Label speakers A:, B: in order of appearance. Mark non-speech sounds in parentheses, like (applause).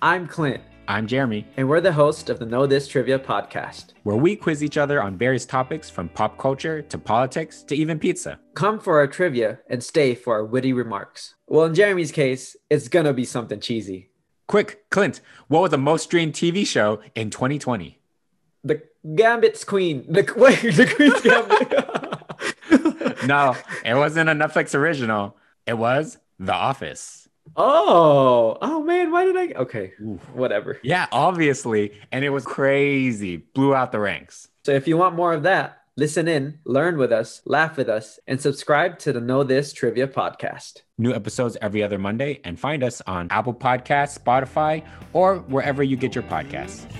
A: I'm Clint,
B: I'm Jeremy,
A: and we're the host of the Know This Trivia podcast.
B: where we quiz each other on various topics from pop culture to politics to even pizza.
A: Come for our trivia and stay for our witty remarks. Well, in Jeremy's case, it's gonna be something cheesy.
B: Quick, Clint, what was the most streamed TV show in 2020?
A: The Gambit's Queen. The (laughs) wait, the Queen's Gambit. (laughs)
B: No, it wasn't a Netflix original. It was The Office.
A: Oh, oh man, why did I? Okay,
B: Ooh.
A: whatever.
B: Yeah, obviously. And it was crazy, blew out the ranks.
A: So if you want more of that, listen in, learn with us, laugh with us, and subscribe to the Know This Trivia podcast.
B: New episodes every other Monday, and find us on Apple Podcasts, Spotify, or wherever you get your podcasts.